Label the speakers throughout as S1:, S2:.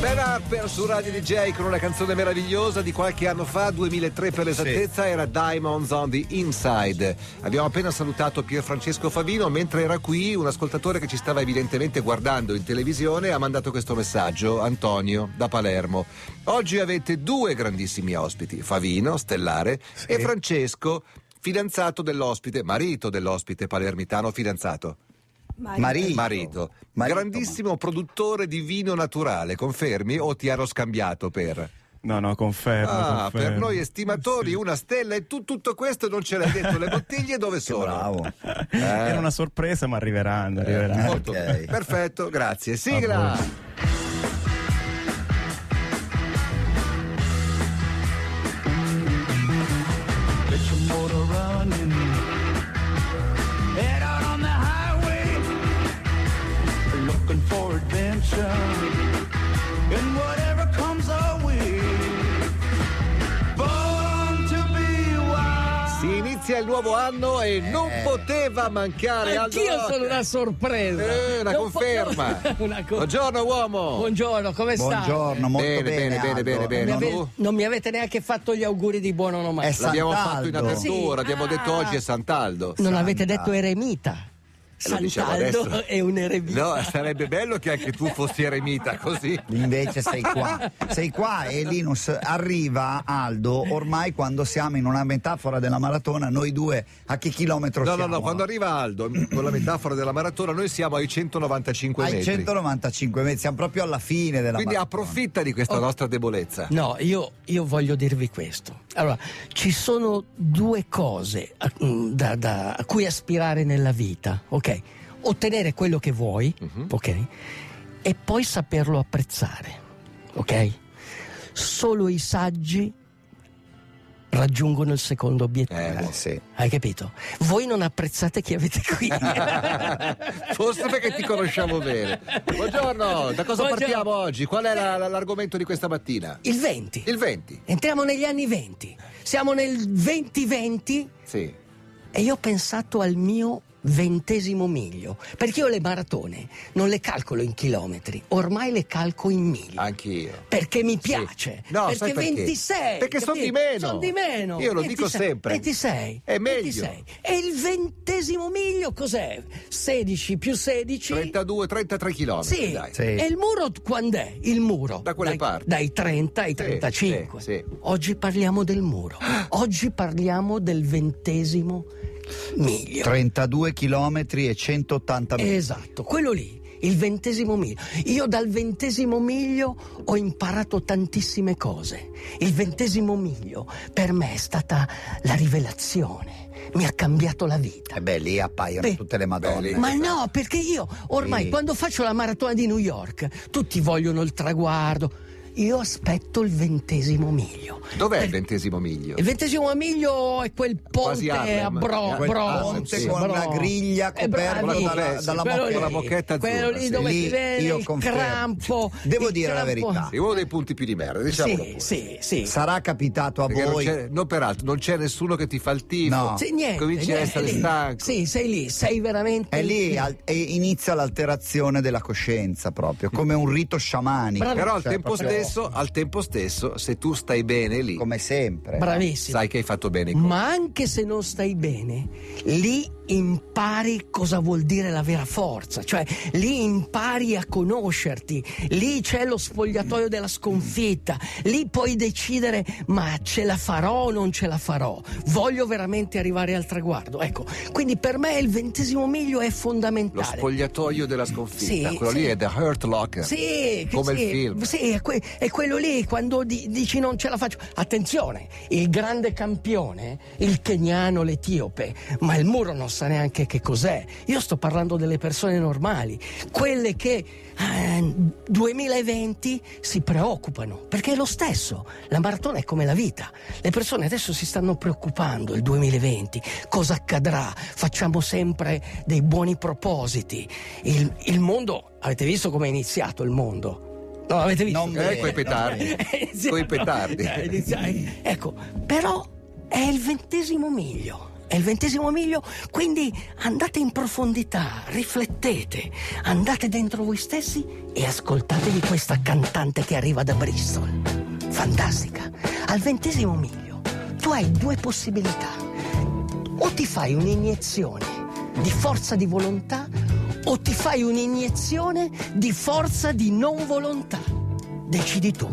S1: Ben Harper su Radio DJ con una canzone meravigliosa di qualche anno fa, 2003 per l'esattezza, era Diamonds on the Inside. Abbiamo appena salutato Pier Francesco Favino, mentre era qui un ascoltatore che ci stava evidentemente guardando in televisione ha mandato questo messaggio, Antonio da Palermo. Oggi avete due grandissimi ospiti, Favino, stellare, e Francesco, fidanzato dell'ospite, marito dell'ospite palermitano, fidanzato.
S2: Marito.
S1: Marito.
S2: Marito,
S1: grandissimo produttore di vino naturale, confermi o ti hanno scambiato per?
S3: No, no, confermo.
S1: Ah,
S3: confermo.
S1: per noi estimatori una stella e tu tutto questo non ce l'hai detto, le bottiglie dove
S2: Che
S1: sono?
S2: bravo. Eh,
S1: Eh,
S3: Era una sorpresa, ma arriveranno, arriveranno.
S1: molto
S2: ok.
S1: bene. Perfetto, grazie. Sigla!
S3: A
S4: Get your motor running. Head out on the highway. Looking for adventure. And whatever comes our way. Born to be wild.
S1: Si inizia il nuovo anno
S2: Eh.
S1: e non poteva mancare Aldo
S5: Anch'io
S1: Rock.
S5: sono una sorpresa.
S1: Eh, una
S5: Non po-
S1: conferma.
S5: no, una co-
S1: Buongiorno uomo.
S5: Buongiorno, come stai?
S2: Buongiorno, molto
S1: Bene,
S2: bene.
S1: bene, bene, bene,
S2: Aldo.
S1: bene.
S5: Mi
S1: No,
S5: ave-
S1: tu?
S5: non mi avete neanche fatto gli auguri di buon
S1: Eh,
S2: È
S5: onomastico.
S1: L'abbiamo fatto in
S2: Sant'Aldo.
S1: apertura, abbiamo
S5: ah.
S1: detto oggi è Sant'Aldo.
S5: non
S2: Santa.
S5: avete detto eremita.
S1: Eh, lo diciamo
S5: Sant'Aldo
S1: adesso.
S5: è un eremita.
S1: No, sarebbe bello che anche tu fossi eremita così.
S2: Invece sei qua, sei qua e Linus arriva Aldo ormai quando siamo in una metafora della maratona, noi due a che chilometro
S1: No, no,
S2: siamo?
S1: no, quando arriva Aldo con la metafora della maratona, noi siamo ai 195
S2: ai
S1: metri.
S2: 195 metri, siamo proprio alla fine della
S1: Quindi
S2: maratona.
S1: approfitta di questa nostra debolezza.
S5: Oh. No, io, io voglio dirvi questo. Allora, ci sono due cose a, mm, da- da- a cui aspirare nella vita, ok? Ottenere quello che vuoi,
S1: Mhm.
S5: ok? E poi saperlo apprezzare, ok? Solo i saggi raggiungono il secondo obiettivo.
S1: Eh,
S2: Eh, sì.
S5: Hai capito? Voi non apprezzate chi avete qui.
S1: Forse perché ti conosciamo bene. Buongiorno, da cosa
S5: Buongiorno.
S1: partiamo oggi? Qual è la- la- l'argomento di questa mattina?
S5: Il 20.
S1: Il 20.
S5: Entriamo negli anni 20. Siamo nel 2020
S1: Sì.
S5: E io ho pensato al mio ventesimo miglio, perché io le maratone non le calcolo in chilometri, ormai le calco in miglia.
S1: Anch'io.
S5: Perché mi
S1: Ah. Sì.
S5: piace.
S1: No,
S5: perché
S1: sai perché?
S5: 26.
S1: Perché son
S5: capito?
S1: di meno.
S5: Son di meno.
S1: Io lo dico
S5: 26,
S1: sempre.
S5: 26.
S1: È meglio.
S5: 26. E il ventesimo miglio cos'è? 16 più 16.
S1: 32-33 km.
S5: Sì.
S1: Dai.
S2: Sì.
S5: E il muro quando è? Il muro.
S1: Da quelle
S5: dai,
S1: parti.
S5: Dai 30 ai 35.
S1: sì, sì.
S5: Oggi parliamo del muro. Oggi parliamo del ventesimo miglio.
S2: 32 chilometri e 180 metri.
S5: Esatto, quello lì, il ventesimo miglio. Io dal ventesimo miglio ho imparato tantissime cose. Il ventesimo miglio per me è stata la rivelazione, mi ha cambiato la vita.
S2: E Eh beh, lì appaiono
S5: Beh,
S2: tutte le madonne.
S1: lì.
S5: Ma no, perché io ormai
S2: Sì.
S5: quando faccio la maratona di New York, tutti vogliono il traguardo. Io aspetto il ventesimo miglio.
S1: Dov'è il
S5: Per-
S1: ventesimo miglio?
S5: il ventesimo miglio è quel
S1: Quasi
S5: ponte
S1: Harlem.
S5: a Bro,
S1: Quel
S5: Bro-
S1: ponte
S5: sì,
S1: con
S5: Bro-
S2: la griglia
S5: Eh,
S2: coperta
S5: bravi.
S1: dalla- dalla
S5: Quello
S1: mocchetta-
S5: lì,
S1: la mocchetta azzurra,
S5: Quello lì
S1: sì.
S5: dove
S2: Lì
S5: ti vede
S2: io
S5: il
S2: confermo.
S5: crampo.
S2: Devo
S5: il
S2: dire la
S5: crampo.
S2: verità.
S1: Sì, uno dei punti più di merda, diciamolo
S5: Sì,
S1: pure.
S5: sì, sì.
S2: Sarà capitato a
S1: Perché non
S2: voi.
S1: c'è, non peraltro, non c'è nessuno che ti fa il tifo.
S2: No.
S5: Sì, niente,
S1: Cominci
S5: niente,
S1: a essere
S5: lì.
S1: stanco.
S5: Sì, sei lì, sei veramente
S2: È lì al- e inizia l'alterazione della coscienza proprio, come un rito sciamanico.
S5: Bravo.
S1: Però al
S2: Cioè,
S1: tempo,
S2: proprio
S1: stesso, al tempo stesso, se tu stai bene lì,
S2: Come Mm. sempre.
S5: Bravissimo.
S1: sai che hai fatto bene.
S5: Ma anche se non stai bene, lì impari cosa vuol dire la vera forza, cioè lì impari a conoscerti, lì c'è lo spogliatoio della sconfitta, lì puoi decidere ma ce la farò o non ce la farò, voglio veramente arrivare al traguardo. Ecco, quindi per me il ventesimo miglio è
S1: Lo
S5: fondamentale.
S1: spogliatoio della sconfitta,
S5: Sì,
S1: quello
S5: sì.
S1: lì è The Hurt Locker.
S5: Sì, che
S1: come
S5: sì,
S1: il film.
S5: Sì, è, que- è quello lì quando di- dici non ce la faccio. Attenzione, il grande campione, il keniano, l'etiope, ma il muro non sa neanche che cos'è. Io sto parlando delle persone normali, quelle che eh, 2020 si preoccupano, perché è lo stesso. La maratona è come la vita. Le persone adesso si stanno preoccupando il 2020, cosa accadrà? Facciamo sempre dei buoni propositi. Il, il mondo, avete visto come è iniziato il mondo? No, avete visto?
S2: Non
S1: Eh, coi
S2: bene,
S1: petardi.
S5: È iniziato-
S1: coi petardi.
S5: eh, è iniziato- Ecco, però è il ventesimo miglio. è il ventesimo miglio, quindi andate in profondità, riflettete, andate dentro voi stessi e ascoltatevi questa cantante che arriva da Bristol. Fantastica. Al ventesimo miglio tu hai due possibilità. O ti fai un'iniezione di forza di volontà o ti fai un'iniezione di forza di non volontà. Decidi tu.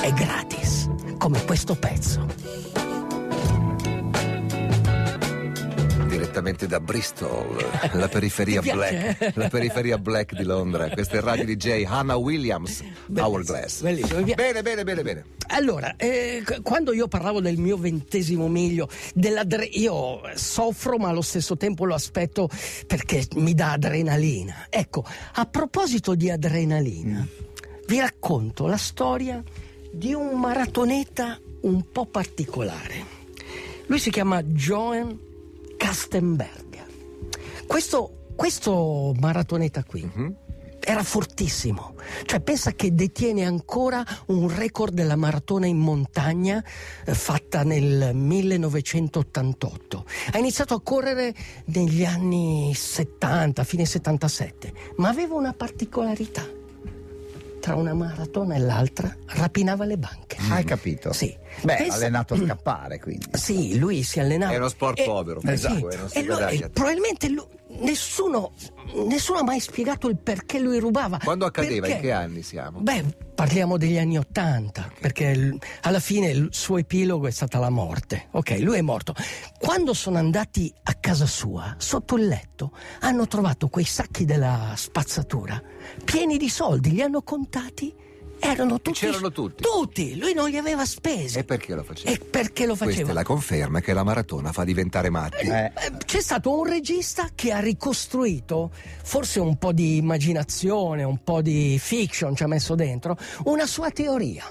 S5: È gratis, come questo pezzo.
S1: direttamente da Bristol, la periferia
S5: Ti piace,
S1: black, la periferia black di Londra. Questa è Radio DJ Hannah Williams,
S5: Bellissimo,
S1: Hourglass.
S5: bellissimo, mi piace.
S1: Bene, bene, bene, bene.
S5: Allora, eh, c- quando io parlavo del mio ventesimo miglio, dell'adre- io soffro ma allo stesso tempo lo aspetto perché mi dà adrenalina. Ecco, a proposito di adrenalina, vi racconto la storia di un maratoneta un po' particolare. Lui si chiama Joan Kastenberger. Questo, questo maratoneta qui
S2: Mhm.
S5: era fortissimo. Cioè, pensa che detiene ancora un record della maratona in montagna eh, fatta nel 1988. Ha iniziato a correre negli anni 70, fine 77, ma aveva una particolarità. Tra una maratona e l'altra rapinava le banche.
S2: Mm. Hai capito?
S5: Mm-hmm. Sì.
S2: Beh,
S5: Pensa-
S2: allenato a scappare, quindi.
S5: Sì, lui si allenava.
S1: È uno sport
S5: E-
S1: povero, Esatto,
S5: sì,
S1: comunque, non si
S5: e lui-
S1: guadagna.
S5: e probabilmente lui- nessuno, nessuno ha mai spiegato il perché lui rubava.
S1: Quando accadeva,
S5: Perché?
S1: in che anni siamo?
S5: Beh, parliamo degli anni Ottanta, perché l- alla fine il suo epilogo è stata la morte. Ok, lui è morto. Quando sono andati a casa sua, sotto il letto, hanno trovato quei sacchi della spazzatura pieni di soldi, li hanno contati, erano tutti...
S1: c'erano tutti?
S5: Tutti, lui non li aveva spesi.
S1: E perché lo faceva?
S5: E perché lo
S1: Questa
S5: faceva?
S1: è la conferma che la maratona fa diventare matti.
S2: Eh.
S5: Eh, C'è stato un regista che ha ricostruito, forse un po' di immaginazione, un po' di fiction ci ha messo dentro, una sua teoria.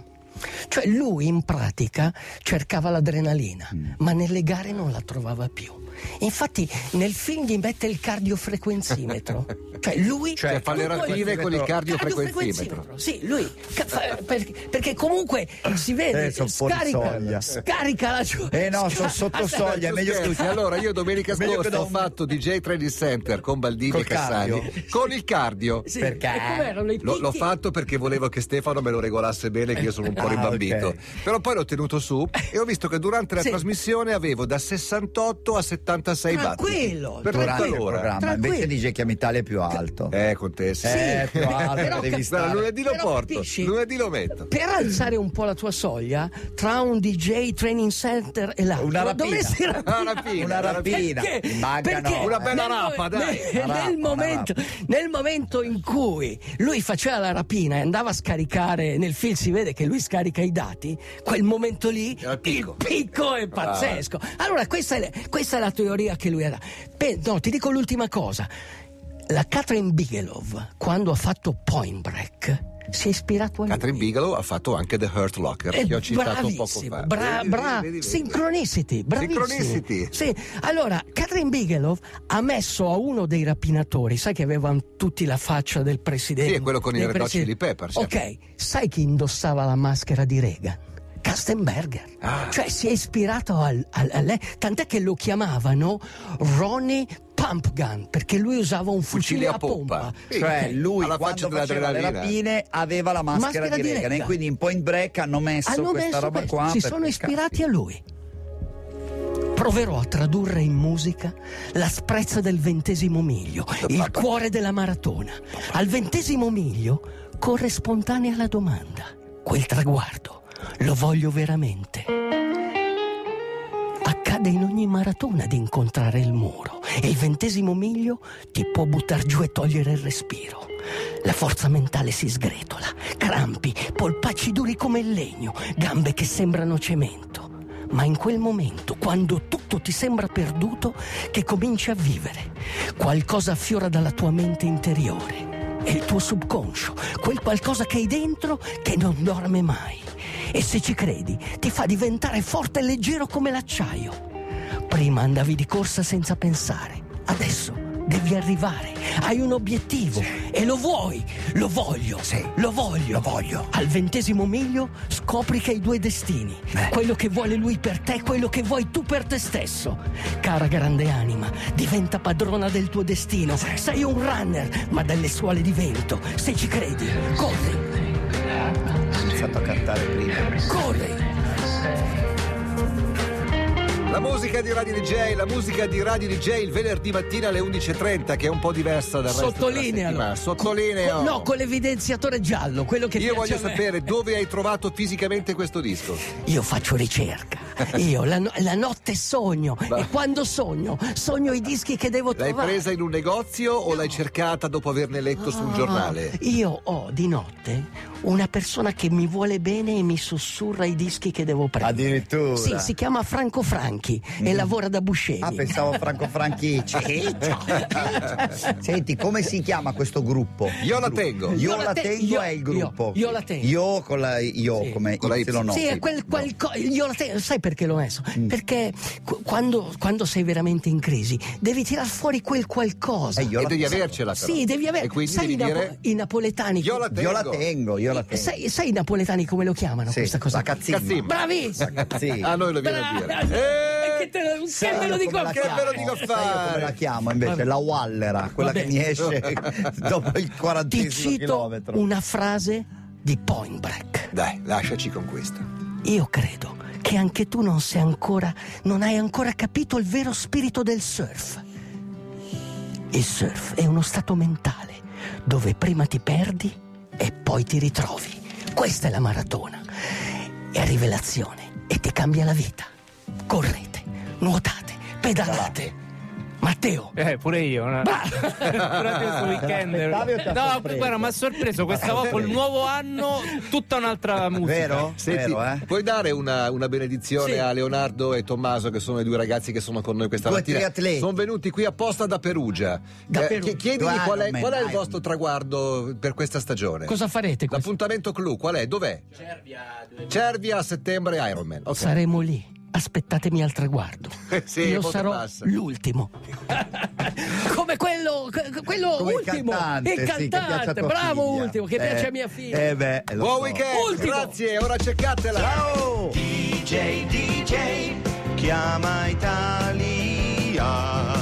S5: Cioè lui in pratica cercava l'adrenalina,
S2: Mm.
S5: ma nelle gare non la trovava più. Infatti nel film gli mette il cardiofrequenzimetro. Cioè lui
S1: Cioè, fa le
S5: lui-
S1: rapine con il cardiofrequenzimetro.
S5: Cardiofrequenzimetro, Sì, lui ca- fa- perché, perché comunque si vede
S2: Eh, sono fuori
S5: scarica,
S2: soglia.
S5: scarica la Ah, giù.
S2: Eh no, sono sotto soglia, è
S1: Tu
S2: meglio
S1: scherzi?
S2: che
S1: Allora, io domenica
S2: Meglio che
S1: scorsa
S2: do
S1: ho
S2: un-
S1: fatto DJ Training Center con Baldini
S2: Col
S1: e Cassani
S2: cardio.
S1: con il cardio.
S5: Sì,
S2: Perché?
S5: e com'erano i
S1: Lo- l'ho
S5: picchi?
S1: fatto perché volevo che Stefano me lo regolasse bene, che io sono un po'
S2: Ah,
S1: ribambito.
S2: ok.
S1: Però poi l'ho tenuto su e ho visto che durante la
S5: Sì.
S1: trasmissione avevo da 68 a 76
S5: Tranquillo,
S1: battiti. Per
S2: Durante il
S1: tutta l'ora.
S2: programma,
S5: Tranquillo.
S2: invece di Jack Italia è più alto.
S1: Eh, con te sì.
S2: Eh, più alto,
S5: Però
S2: devi
S5: cap-
S1: Guarda,
S2: stare.
S1: lunedì lo
S5: Però
S1: porto,
S5: capisci?
S1: lunedì lo metto.
S5: Per alzare un po' la tua soglia tra un DJ training center e l'altro,
S2: Una rapina.
S5: dovresti rapinare.
S1: Una rapina,
S2: Una rapina.
S5: Perché?
S2: Manca
S5: Perché
S2: no,
S1: Una
S2: eh.
S1: bella
S5: nel mo-
S1: rapa, dai.
S5: Nel,
S2: Una rapa,
S5: nel
S2: una
S5: momento, nel momento in cui lui faceva la rapina e andava a scaricare, nel film si vede che lui scarica i dati, quel momento lì
S1: Era il picco. Ah.
S5: il picco è pazzesco. Allora, questa è, questa è la teoria che lui era. Pe- no, ti dico l'ultima cosa. La Catherine Bigelow, quando ha fatto Point Break, si è ispirato a lui.
S1: Catherine Bigelow ha fatto anche The Hurt Locker,
S5: Eh,
S1: che ho citato poco
S5: bravissimo,
S1: fa.
S5: Bra,
S1: Vedi,
S5: bra-
S1: vedi, vedi.
S5: Synchronicity, bravissimo.
S1: Synchronicity.
S5: Sì. Allora, Catherine Bigelow ha messo a uno dei rapinatori, sai che avevano tutti la faccia del presidente.
S1: Sì, è quello con i
S5: del
S1: Red Hot
S5: preside-
S1: Chili Peppers,
S5: Ok, sai chi indossava la maschera di Reagan? Kastenberger.
S1: Ah.
S5: Cioè si è ispirato al- al- a lei, tant'è che lo chiamavano Ronnie Pump Gun, perché lui usava un fucile,
S1: Fucile a pompa. Sì.
S2: Cioè, lui
S1: Alla faccia
S2: quando faceva le
S1: dell'adrenalina.
S2: rapine aveva la maschera, di Reagan, e quindi in Point Break hanno messo
S5: Hanno
S2: questa
S5: messo
S2: roba
S5: questo,
S2: qua.
S5: si
S2: perché,
S5: sono ispirati
S2: cazzo,
S5: a lui. Proverò a tradurre in musica la sprezza del ventesimo miglio, il cuore della maratona. Al ventesimo miglio corre spontanea la domanda. Quel traguardo lo voglio veramente. Accade in ogni maratona di incontrare il muro e il ventesimo miglio ti può buttar giù e togliere il respiro. La forza mentale si sgretola, crampi, polpacci duri come il legno, gambe che sembrano cemento. Ma in quel momento, quando tutto ti sembra perduto, che cominci a vivere, qualcosa affiora dalla tua mente interiore. È il tuo subconscio, quel qualcosa che hai dentro che non dorme mai. E se ci credi, ti fa diventare forte e leggero come l'acciaio. Prima andavi di corsa senza pensare, adesso devi arrivare, hai un obiettivo E lo vuoi? Lo voglio.
S2: Sì.
S5: Lo voglio.
S2: Lo voglio.
S5: Al ventesimo miglio scopri che hai due destini.
S2: Eh.
S5: Quello che vuole lui per te, quello che vuoi tu per te stesso. Cara grande anima, diventa padrona del tuo destino. Sei un runner, ma dalle suole di vento. Se ci credi, corri,
S2: Ho iniziato a cantare prima.
S5: corri.
S1: La musica di Radio DJ, la musica di Radio DJ il venerdì mattina alle 11.30 che è un po' diversa dal resto della settimana.
S5: Sottolinealo.
S1: Sottolineo.
S5: Co- no, con l'evidenziatore giallo, quello che
S1: Io
S5: piace
S1: voglio
S5: a me.
S1: sapere dove hai trovato fisicamente questo disco.
S5: Io faccio ricerca. Io la, no- la notte sogno e quando sogno, sogno i dischi che devo
S1: L'hai
S5: trovare.
S1: presa in un negozio o l'hai cercata dopo averne letto su un
S5: Ah,
S1: giornale?
S5: Io ho di notte una persona che mi vuole bene e mi sussurra i dischi che devo prendere.
S2: Addirittura. Mm.
S5: Sì, si chiama Franco Franchi e lavora da Buscemi. Eh,
S2: Ah, pensavo Franco Franchici. Senti, come si chiama questo gruppo?
S1: Io la tengo.
S2: Io,
S5: Io
S2: la
S5: la te-
S2: tengo
S5: io-
S2: è il gruppo.
S5: io- io la tengo.
S2: Io con la io
S5: Sì.
S2: come
S1: Con la
S2: Y.
S1: Y.
S2: no. Eh,
S5: sì, è quel qualcosa. Io la te- sai perché l'ho messo?
S2: Mm.
S5: Perché qu- quando, quando sei veramente in crisi devi tirar fuori quel qualcosa.
S2: Eh, io
S1: E
S2: la-
S1: devi avercela però.
S5: Sì, devi avere.
S1: E quindi
S5: sai
S1: devi
S5: i, napo-
S1: dire
S5: i napoletani.
S1: Io la
S2: Io la tengo, io la tengo.
S5: sai, sai i napoletani come lo chiamano
S2: Sì,
S5: questa cosa?
S2: La cazzimma.
S1: Cazzimma.
S5: Bravissimo!
S2: Sì.
S1: Ah, noi lo viene a
S5: Bra-
S1: dire. Eh,
S5: E che te lo- che
S2: Sai
S5: me lo
S2: io
S5: dico
S2: come
S5: a
S2: la
S1: Che me
S5: fare?
S1: lo
S2: chiamo?
S1: dico a
S2: Sai io come la
S1: fare?
S2: chiamo invece? La Wallera, quella che
S5: Vabbè.
S2: mi esce dopo il
S5: Ti
S2: 40
S5: cito
S2: chilometro.
S5: una frase di Point Break.
S1: Dai, lasciaci con questo.
S5: Io credo che anche tu non sei ancora, non hai ancora capito il vero spirito del surf. Il surf è uno stato mentale dove prima ti perdi e poi ti ritrovi. Questa è la maratona. È rivelazione e ti cambia la vita. Correte, nuotate, pedalate. Matteo,
S6: Eh, pure io. no? Durante questo weekend.
S2: L'aspettavi o ti ha
S6: No,
S2: sorpreso? Ah,
S6: guarda, mi ha sorpreso questa volta col nuovo anno, tutta un'altra musica.
S2: Vero?
S1: Senti,
S2: Vero, eh?
S1: puoi dare una, una benedizione
S6: Sì.
S1: a Leonardo e Tommaso, che sono i due ragazzi che sono con noi questa
S2: Due
S1: mattina?
S2: triatleti.
S1: Sono venuti qui apposta da Perugia. Eh,
S5: Da Perugia.
S1: chi- Chiedigli
S2: Dai,
S1: qual è,
S2: Iron Man,
S1: qual è il
S2: Iron
S1: vostro traguardo per questa stagione.
S5: cosa farete? questa-
S1: L'appuntamento clou qual è? Dov'è? Cervia. a settembre Ironman. Ok.
S5: Saremo lì. Aspettatemi al traguardo.
S1: Sì,
S5: Io
S1: molto
S5: sarò
S1: bassa.
S5: l'ultimo. Come quello, que- quello
S2: Come il
S5: ultimo.
S2: cantante,
S5: il
S2: sì, che piace a
S5: cantante,
S2: tua
S5: bravo
S2: figlia.
S5: ultimo, che
S2: Eh,
S5: piace a mia figlia.
S2: Eh beh, lo
S1: Buon
S2: so.
S1: weekend,
S5: Ultimo.
S1: grazie, ora cercatela.
S2: Ciao!
S4: DJ, DJ, chiama Italia.